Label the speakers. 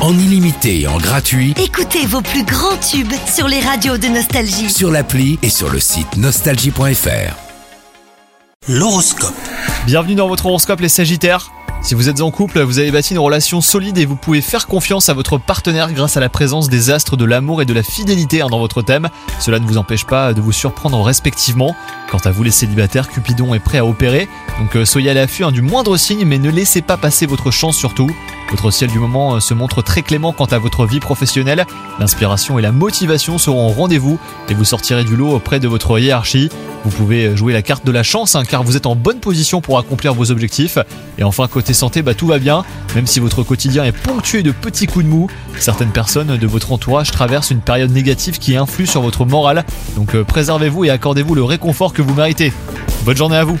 Speaker 1: en illimité et en gratuit
Speaker 2: Écoutez vos plus grands tubes sur les radios de Nostalgie.
Speaker 1: sur l'appli et sur le site nostalgie.fr. L'horoscope.
Speaker 3: Bienvenue dans votre horoscope les Sagittaires. Si vous êtes en couple, vous avez bâti une relation solide et vous pouvez faire confiance à votre partenaire grâce à la présence des astres de l'amour et de la fidélité hein, dans votre thème. Cela ne vous empêche pas de vous surprendre respectivement. Quant à vous les célibataires, Cupidon est prêt à opérer. Donc euh, soyez à l'affût hein, du moindre signe mais ne laissez pas passer votre chance surtout. Votre ciel du moment euh, se montre très clément quant à votre vie professionnelle. L'inspiration et la motivation seront au rendez-vous et vous sortirez du lot auprès de votre hiérarchie. Vous pouvez jouer la carte de la chance hein, car vous êtes en bonne position pour accomplir vos objectifs. Et enfin côté santé, bah, tout va bien, même si votre quotidien est ponctué de petits coups de mou. Certaines personnes de votre entourage traversent une période négative qui influe sur votre morale, donc euh, préservez-vous et accordez-vous le réconfort que vous méritez. Bonne journée à vous